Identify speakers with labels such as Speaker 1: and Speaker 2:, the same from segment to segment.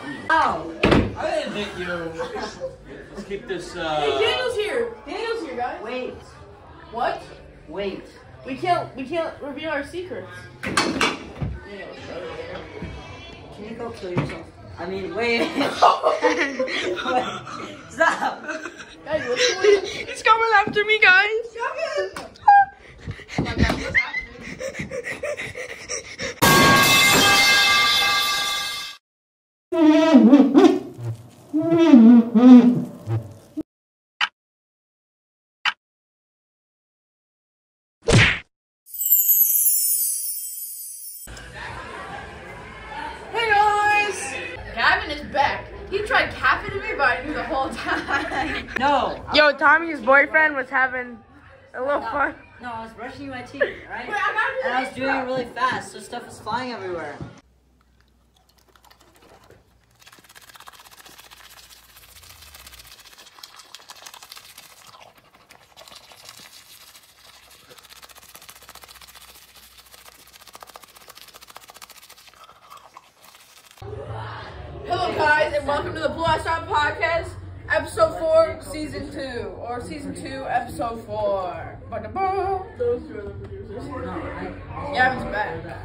Speaker 1: Oh,
Speaker 2: Wow.
Speaker 3: I didn't hit you. Let's keep this.
Speaker 1: Hey,
Speaker 3: Uh,
Speaker 1: Daniel's here. Daniel's here, guys.
Speaker 2: Wait,
Speaker 1: What?
Speaker 2: wait.
Speaker 1: We can't. We can't reveal our secrets. Daniel's right there.
Speaker 2: Can you go kill yourself? I mean, wait. Wait. Stop.
Speaker 1: Guys, what's going on?
Speaker 4: He's coming after me, guys.
Speaker 1: Hey guys! Gavin is back. He tried capping me, but I knew the whole time.
Speaker 2: No.
Speaker 4: Yo, Tommy's boyfriend was having a little fun.
Speaker 2: No, I was brushing my teeth, right?
Speaker 1: Wait, I gotta do
Speaker 2: and I was
Speaker 1: this
Speaker 2: doing it
Speaker 1: part.
Speaker 2: really fast, so stuff was flying everywhere.
Speaker 1: Hello guys, and welcome to the Blue Eye Shop Podcast, episode four, season two, or season two, episode four. Ba-da-boom. Those two are the producers. Gavin's back.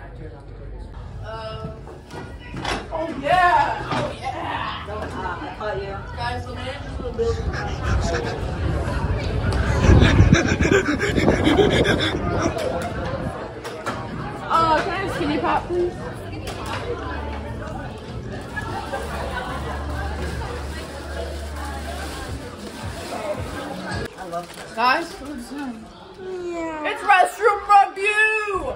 Speaker 1: Uh, oh yeah! Oh yeah!
Speaker 2: Don't, uh, I caught you.
Speaker 1: Guys, the man is in the building. Uh, can I have a skinny pop, please?
Speaker 2: I love this.
Speaker 1: Guys, it's restroom review.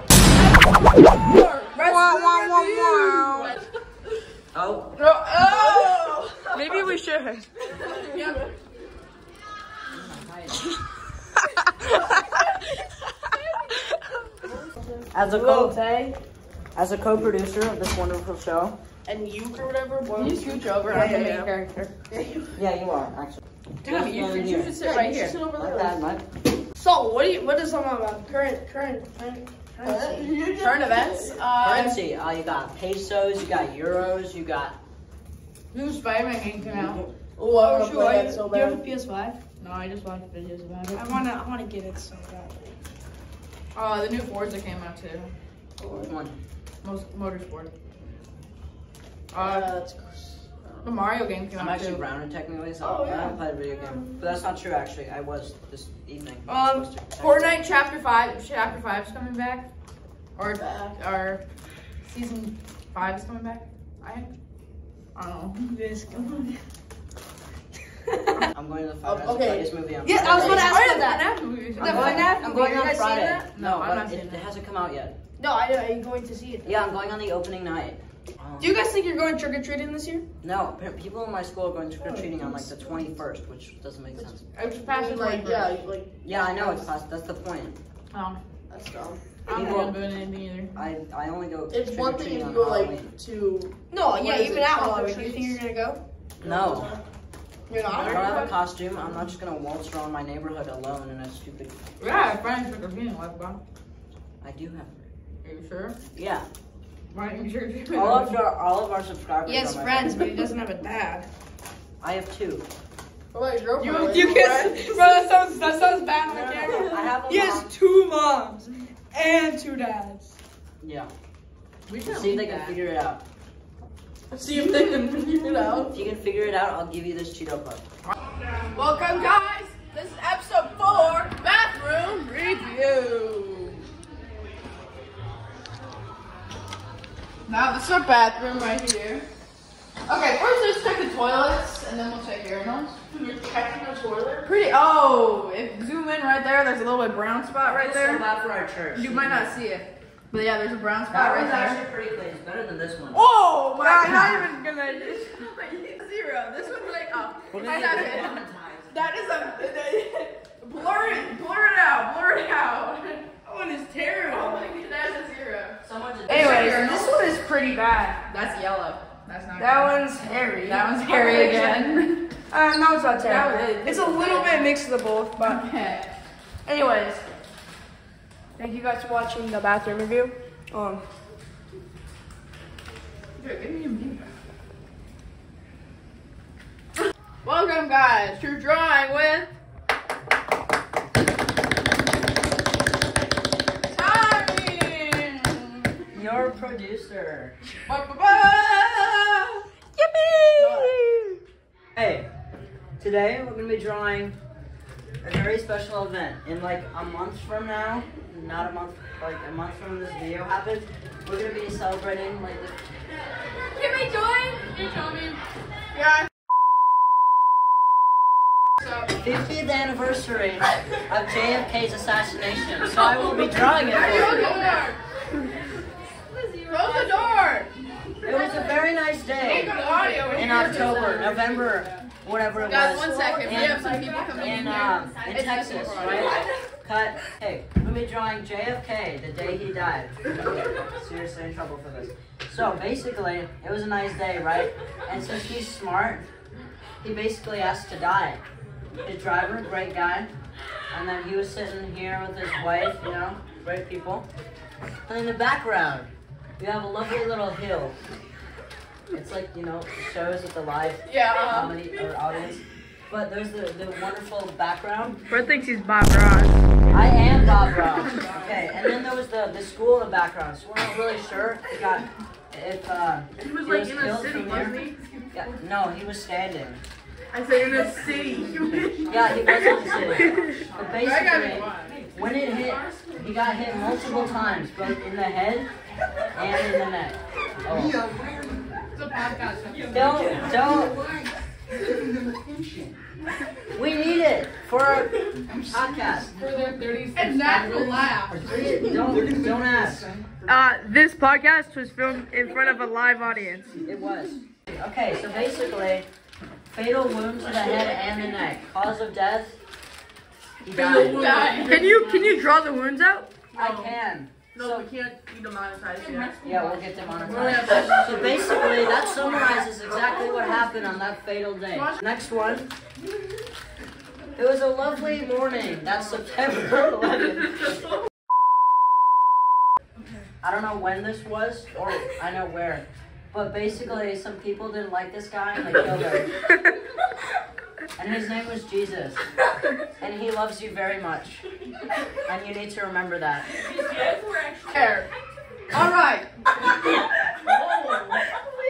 Speaker 4: Wah, wah, wah,
Speaker 1: Restroom
Speaker 4: wah.
Speaker 1: review.
Speaker 2: Oh,
Speaker 1: No, oh.
Speaker 4: Maybe we should.
Speaker 1: Yeah.
Speaker 2: as a co as a co-producer of this wonderful show.
Speaker 1: And you or whatever. Can you scooch over? I'm the main character.
Speaker 2: Yeah, you are actually.
Speaker 1: Damn, you,
Speaker 2: There's
Speaker 1: should-
Speaker 2: one
Speaker 1: you
Speaker 2: here.
Speaker 1: should sit right here.
Speaker 2: Like that, Mike.
Speaker 5: So, what do you, what is on my mind? Current, current, current, currency.
Speaker 1: Current events. Uh,
Speaker 2: Currency. Uh, you got pesos. You got euros. You got.
Speaker 1: new Spider-Man game came out. Oh, I want to play that so
Speaker 5: Do you have a
Speaker 1: bad.
Speaker 5: PS5?
Speaker 1: No, I just watched videos about
Speaker 5: I wanna, I wanna get it so bad.
Speaker 1: Uh, the new Forza came out too.
Speaker 2: Which one?
Speaker 1: Most motorsport.
Speaker 5: Uh,
Speaker 1: Uh,
Speaker 5: that's
Speaker 1: the Mario game came
Speaker 2: I'm
Speaker 1: out
Speaker 2: actually
Speaker 1: too.
Speaker 2: brown and technically, so
Speaker 5: Oh,
Speaker 2: I
Speaker 5: yeah.
Speaker 2: haven't played a video game. But that's not true, actually. I was this evening. I
Speaker 1: Um,
Speaker 2: was supposed to.
Speaker 1: Fortnite Chapter Five, Chapter Five's coming back, or or season five is coming back. I, I don't know.
Speaker 5: this going.
Speaker 2: I'm going to the Five Nights
Speaker 5: Oh, okay.
Speaker 2: at Freddy's movie. On
Speaker 5: Yeah, I was
Speaker 2: Friday.
Speaker 5: gonna ask
Speaker 1: Oh, yeah,
Speaker 5: about that.
Speaker 1: FNAF movie.
Speaker 2: I'm
Speaker 5: The
Speaker 2: going,
Speaker 5: FNAF
Speaker 2: I'm
Speaker 5: movie,
Speaker 2: going
Speaker 5: you
Speaker 2: on
Speaker 5: guys seen
Speaker 2: Friday.
Speaker 5: that?
Speaker 2: No,
Speaker 1: No, I'm
Speaker 2: but
Speaker 1: not
Speaker 2: it,
Speaker 1: seeing
Speaker 2: it
Speaker 1: that.
Speaker 2: hasn't come out yet.
Speaker 5: No, I know. Are you going to see it?
Speaker 2: Yeah, I'm going on the opening night. Um,
Speaker 5: Do you guys think you're going trick or treating this year?
Speaker 2: no, pe- people in my school are going trick or treating on like the 21st, which doesn't make sense.
Speaker 1: I was passing
Speaker 5: like,
Speaker 1: like
Speaker 5: yeah, like
Speaker 2: Yeah, I know it's past. That's the point.
Speaker 1: Um,
Speaker 5: that's dumb.
Speaker 1: I'm
Speaker 2: People-
Speaker 1: not doing anything either.
Speaker 2: I I only go.
Speaker 5: It's
Speaker 2: trick or
Speaker 5: one thing
Speaker 2: treating
Speaker 5: if you
Speaker 2: on
Speaker 5: go
Speaker 2: Halloween.
Speaker 5: like to. No,
Speaker 1: What
Speaker 5: yeah,
Speaker 1: is
Speaker 5: even
Speaker 1: it,
Speaker 5: at
Speaker 1: trick or
Speaker 5: Halloween. Do you think you're gonna go?
Speaker 2: No,
Speaker 5: You're
Speaker 2: I
Speaker 5: not.
Speaker 2: don't have a costume. I'm not just gonna waltz around my neighborhood alone in a stupid.
Speaker 1: Yeah, Friday trick or treating was fun.
Speaker 2: I do have.
Speaker 1: Are you sure?
Speaker 2: Yeah,
Speaker 1: Friday trick or treating.
Speaker 2: all of our all of our subscribers.
Speaker 5: He has
Speaker 2: are oh my
Speaker 5: friends, but he doesn't have a dad.
Speaker 2: I have two.
Speaker 1: What about your
Speaker 5: You,
Speaker 1: girlfriend?
Speaker 5: you can't. Bro, that sounds that sounds bad on the camera.
Speaker 2: I have a
Speaker 5: He has
Speaker 2: mom.
Speaker 5: two moms and two dads.
Speaker 2: Yeah.
Speaker 1: We can
Speaker 2: See if they can figure it out.
Speaker 1: See if they can figure it out.
Speaker 2: If you can figure it out, I'll give you this Cheeto puff.
Speaker 1: Welcome, guys. This is episode four, bathroom review. Now this is our bathroom right here. Okay, first let's check the toilets, and then we'll check urinals.
Speaker 5: You're checking the toilet.
Speaker 1: Pretty. Oh, if zoom in right there, there's a little bit brown spot right there.
Speaker 2: for our church.
Speaker 1: You might not see it, but yeah, there's a brown spot
Speaker 2: That
Speaker 1: right
Speaker 2: one's
Speaker 1: there.
Speaker 2: actually pretty clean. It's better than this one.
Speaker 1: Oh my! God. Not even gonna. Zero. This one's like up. I have it. That is a blur it, blur it out, blur it out. That one is terrible. Oh my god, that's a zero.
Speaker 2: Someone just.
Speaker 1: Anyways,
Speaker 4: this one is pretty bad.
Speaker 1: That's yellow. That's not.
Speaker 4: That
Speaker 1: good.
Speaker 4: one's hairy.
Speaker 1: That one's hairy again.
Speaker 4: Uh, no, it's not
Speaker 1: That
Speaker 4: hairy.
Speaker 1: one is-
Speaker 4: It's a little bit mixed of the both, but
Speaker 1: Okay.
Speaker 4: anyways. Thank you guys for watching the bathroom review. Um,
Speaker 1: Dude, give me a minute. Welcome, guys, to Drawing with Tommy.
Speaker 2: Your producer.
Speaker 1: Ba-ba-ba. Yippee!
Speaker 2: Hey, today we're gonna be drawing a very special event. In like a month from now, not a month, like a month from this video happens, we're gonna be celebrating like the
Speaker 1: Can we join? Hey, Tommy. Yeah. So,
Speaker 2: 50th anniversary of JFK's assassination. So I will be drawing it.
Speaker 1: I
Speaker 2: for you.
Speaker 1: close the door. Close the door.
Speaker 2: It was a very nice day
Speaker 1: Take the audio
Speaker 2: in
Speaker 1: here.
Speaker 2: October, November, whatever it
Speaker 1: Guys,
Speaker 2: was.
Speaker 1: one second. We
Speaker 2: And-
Speaker 1: have some people coming in
Speaker 2: in,
Speaker 1: here.
Speaker 2: um, in
Speaker 1: It's
Speaker 2: Texas,
Speaker 1: Escobar.
Speaker 2: right? Cut. Hey, we'll be drawing JFK the day he died. Seriously in trouble for this. So basically, it was a nice day, right? And since he's smart, he basically asked to die. His driver, great guy, and then he was sitting here with his wife, you know, great people. And in the background, we have a lovely little hill. It's like you know shows with the live
Speaker 1: Yeah, uh-huh.
Speaker 2: comedy or audience. But there's the, the wonderful background.
Speaker 4: Brett thinks he's Bob Ross.
Speaker 2: I am Bob Ross. Okay, and then there was the, the school in the background, so we're not really sure if, got, if uh, he was like in a city, wasn't he? Yeah, no, he was standing.
Speaker 4: I say in the city.
Speaker 2: Yeah, he was in the city. But
Speaker 1: I gotta be
Speaker 2: basically,
Speaker 1: one.
Speaker 2: when it hit, he got hit multiple times, both in the head and in the neck. Oh.
Speaker 1: It's a podcast.
Speaker 2: Don't, don't. We need it for our podcast.
Speaker 1: And that's the laugh.
Speaker 2: Don't, don't ask.
Speaker 4: Uh, this podcast was filmed in front of a live audience.
Speaker 2: It was. Okay, so basically, fatal wound to the head and the neck. Cause of death? He died.
Speaker 1: Die.
Speaker 4: Can you can you draw the wounds out?
Speaker 2: I can.
Speaker 4: No, we can't be demonetized yet.
Speaker 2: Yeah, we'll get demonetized. So basically, that summarizes exactly what happened on that fatal day. Next one. It was a lovely morning. That's September 11th. I don't know when this was, or I know where. But basically, some people didn't like this guy and they killed him. And his name was Jesus. And he loves you very much. And you need to remember that.
Speaker 1: There. All right.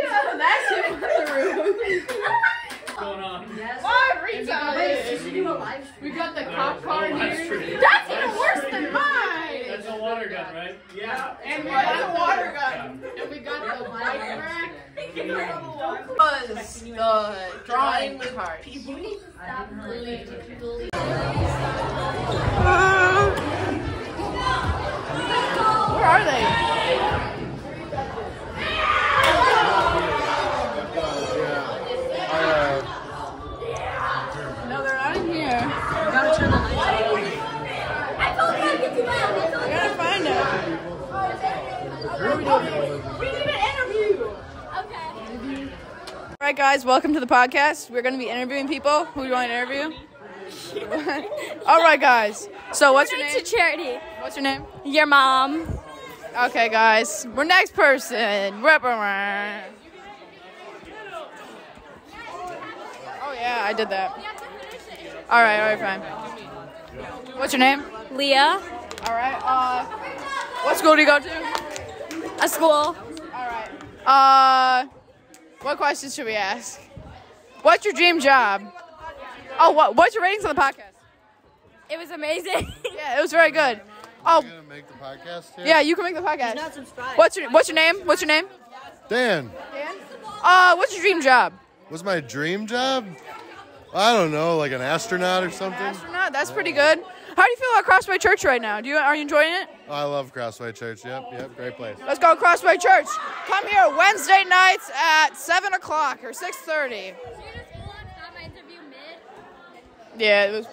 Speaker 1: Yeah, that's him in the room.
Speaker 6: What's going on?
Speaker 2: Yes.
Speaker 1: Why retard?
Speaker 2: Should we do a live stream?
Speaker 1: We got the cop car in
Speaker 6: uh, Live
Speaker 1: here.
Speaker 6: stream.
Speaker 1: That's even worse than mine.
Speaker 6: That's a water gun, right? Yeah.
Speaker 1: And we got the water gun. And we got the bike rack. Was the drawing card. Where are they? No, they're not in here.
Speaker 2: Gotta turn the lights off.
Speaker 1: I gotta find them. All right, guys, welcome to the podcast. We're going to be interviewing people. Who do you want to interview? All right, guys. So, what's your name?
Speaker 7: to charity.
Speaker 1: What's your name?
Speaker 7: Your mom.
Speaker 1: Okay, guys. We're next person. Rep- Oh, Oh, yeah, I did that. All right, all right, fine. What's your name?
Speaker 7: Leah.
Speaker 1: All right. Uh, what school do you go to?
Speaker 7: A school.
Speaker 1: All right. Uh, what questions should we ask? What's your dream job? Oh, what, what's your ratings on the podcast?
Speaker 7: It was amazing.
Speaker 1: Yeah, it was very good. Oh,
Speaker 8: gonna make the podcast here?
Speaker 1: yeah, you can make the podcast.
Speaker 2: Not subscribed.
Speaker 1: What's your What's your name? What's your name?
Speaker 8: Dan,
Speaker 1: Uh, what's your dream job?
Speaker 8: was my dream job? I don't know, like an astronaut or something.
Speaker 1: Astronaut. That's pretty good. How do you feel about Crossway Church right now? Do you Are you enjoying it?
Speaker 8: Oh, I love Crossway Church. Yep, yep, great place.
Speaker 1: Let's go Crossway Church. Come here Wednesday nights at seven o'clock or six thirty. Yeah, it was.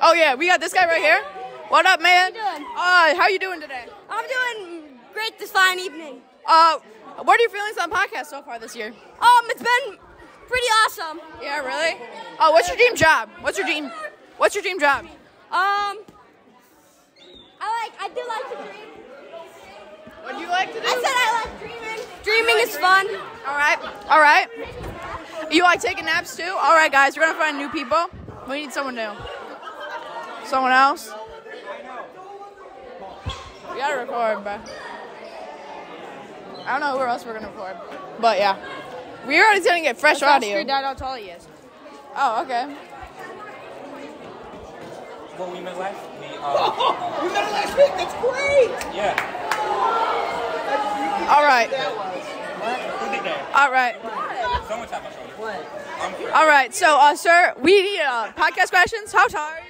Speaker 1: Oh yeah, we got this guy right here. What up, man?
Speaker 7: How you doing?
Speaker 1: Uh, how you doing today?
Speaker 7: I'm doing great this fine evening.
Speaker 1: Uh, what are your feelings on podcast so far this year?
Speaker 7: Um, it's been pretty awesome.
Speaker 1: Yeah, really. Oh, what's your dream job? What's your dream? What's your dream job?
Speaker 7: Um, I like. I do like to dream.
Speaker 1: What do you like to
Speaker 7: I said I like dreaming. Dreaming is fun.
Speaker 1: All right, all right. You like taking naps too? All right, guys, we're gonna find new people. We need someone new. Someone else. We gotta record, bro. I don't know who else we're gonna record, but yeah, we already gonna get fresh audio.
Speaker 4: Screwed out how tall he is.
Speaker 1: Oh, okay.
Speaker 9: Well, we met last week. Uh,
Speaker 10: We met her last week. That's great.
Speaker 9: yeah.
Speaker 1: All right.
Speaker 9: Who did that?
Speaker 1: All right.
Speaker 9: Someone tapped my shoulder.
Speaker 2: What?
Speaker 1: All right. So, uh, sir, we need uh, podcast questions. How tall are you?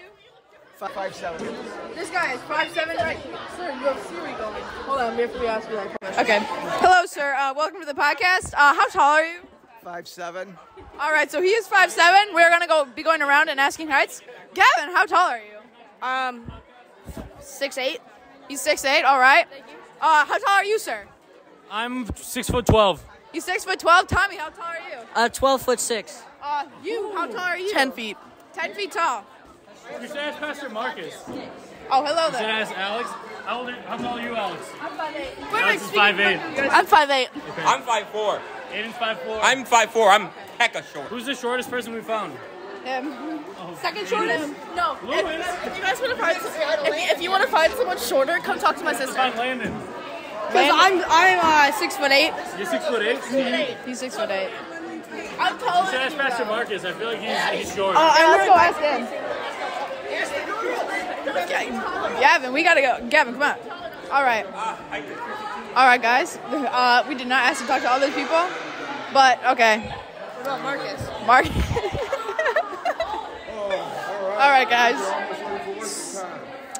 Speaker 10: Five, five seven.
Speaker 1: This guy is five seven, right? Sir, you have Siri going. Hold on, we have to ask you that question. Okay. Hello, sir. Uh, welcome to the podcast. Uh, how tall are you?
Speaker 10: Five seven.
Speaker 1: All right. So he is five seven. We're gonna go be going around and asking heights. Gavin, how tall are you?
Speaker 4: Um, six eight.
Speaker 1: He's six eight. All right. Uh, how tall are you, sir?
Speaker 6: I'm six foot twelve.
Speaker 1: He's six foot twelve. Tommy, how tall are you?
Speaker 2: Uh, 12 foot 6.
Speaker 1: Uh, you, how tall are you?
Speaker 11: Ten feet.
Speaker 1: Ten feet tall.
Speaker 6: You should ask Pastor Marcus. You
Speaker 1: Oh, hello
Speaker 6: should
Speaker 1: there.
Speaker 6: ask Alex. How old are, how tall are you, Alex?
Speaker 1: Alex
Speaker 6: is 5'8".
Speaker 1: I'm five eight.
Speaker 9: I'm five four.
Speaker 6: Aiden's five four.
Speaker 9: I'm five four. I'm hecka short.
Speaker 6: Who's the shortest person we found?
Speaker 1: Um,
Speaker 6: Oh,
Speaker 4: Second shortest. No.
Speaker 6: Louis.
Speaker 4: If, if you guys want to find, if, if you want to find someone shorter, come talk to my sister.
Speaker 6: Find Landon.
Speaker 4: Cause I'm I'm uh, six foot eight.
Speaker 6: You're six foot eight. You
Speaker 1: he's six foot eight.
Speaker 4: I'm taller.
Speaker 6: should ask Pastor Marcus. I feel like he's, he's short.
Speaker 1: Yeah, let's go ask him. Gavin, we gotta go. Gavin, come on. All right. All right, guys. Uh, we did not ask to talk to all those people, but okay. What about Marcus? Marcus. all right, guys.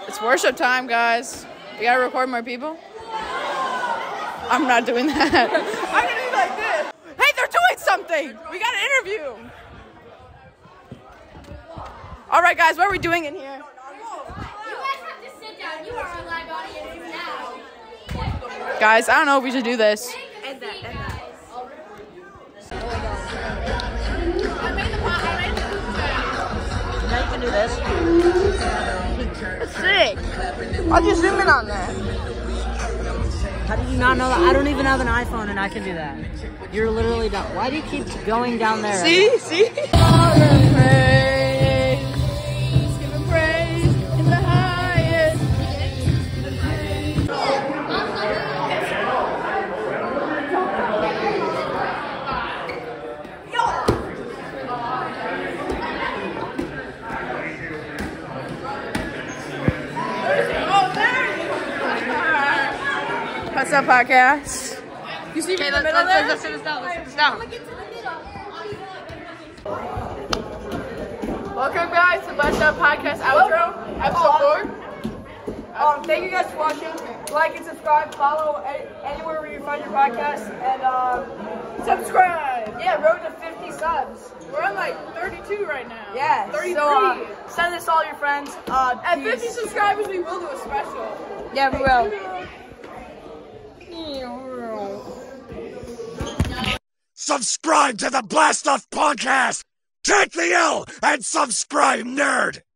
Speaker 1: It's worship time, guys. We gotta record more people. I'm not doing that. I'm gonna be like this. Hey, they're doing something. We gotta interview. All right, guys, what are we doing in here?
Speaker 7: You guys have to sit down. You are our live audience now.
Speaker 1: Guys, I don't know if we should do this.
Speaker 7: And that, and that.
Speaker 2: Now you can do this.
Speaker 1: Sick. I'll just zoom in on that.
Speaker 2: How did you not know that? I don't even have an iPhone and I can do that. You're literally down. Why do you keep going down there?
Speaker 1: See? See? Oh, What's up, podcast? You see me in the middle there? Let's sit us down. Let's sit us down. Welcome guys to Blessed Up Podcast outro, episode
Speaker 10: Um, thank you guys for watching. Like and subscribe. Follow a- anywhere where you find your podcast, and um, subscribe. Yeah, road to fifty subs.
Speaker 1: 4. We're on like 32 right now.
Speaker 10: Yeah.
Speaker 1: 33.
Speaker 10: So uh, send this to all your friends. Uh,
Speaker 1: At
Speaker 10: peace.
Speaker 1: 50 subscribers, we will do a special.
Speaker 10: Yeah, we will.
Speaker 12: Subscribe to the Blast Off Podcast! Take the L and subscribe, nerd!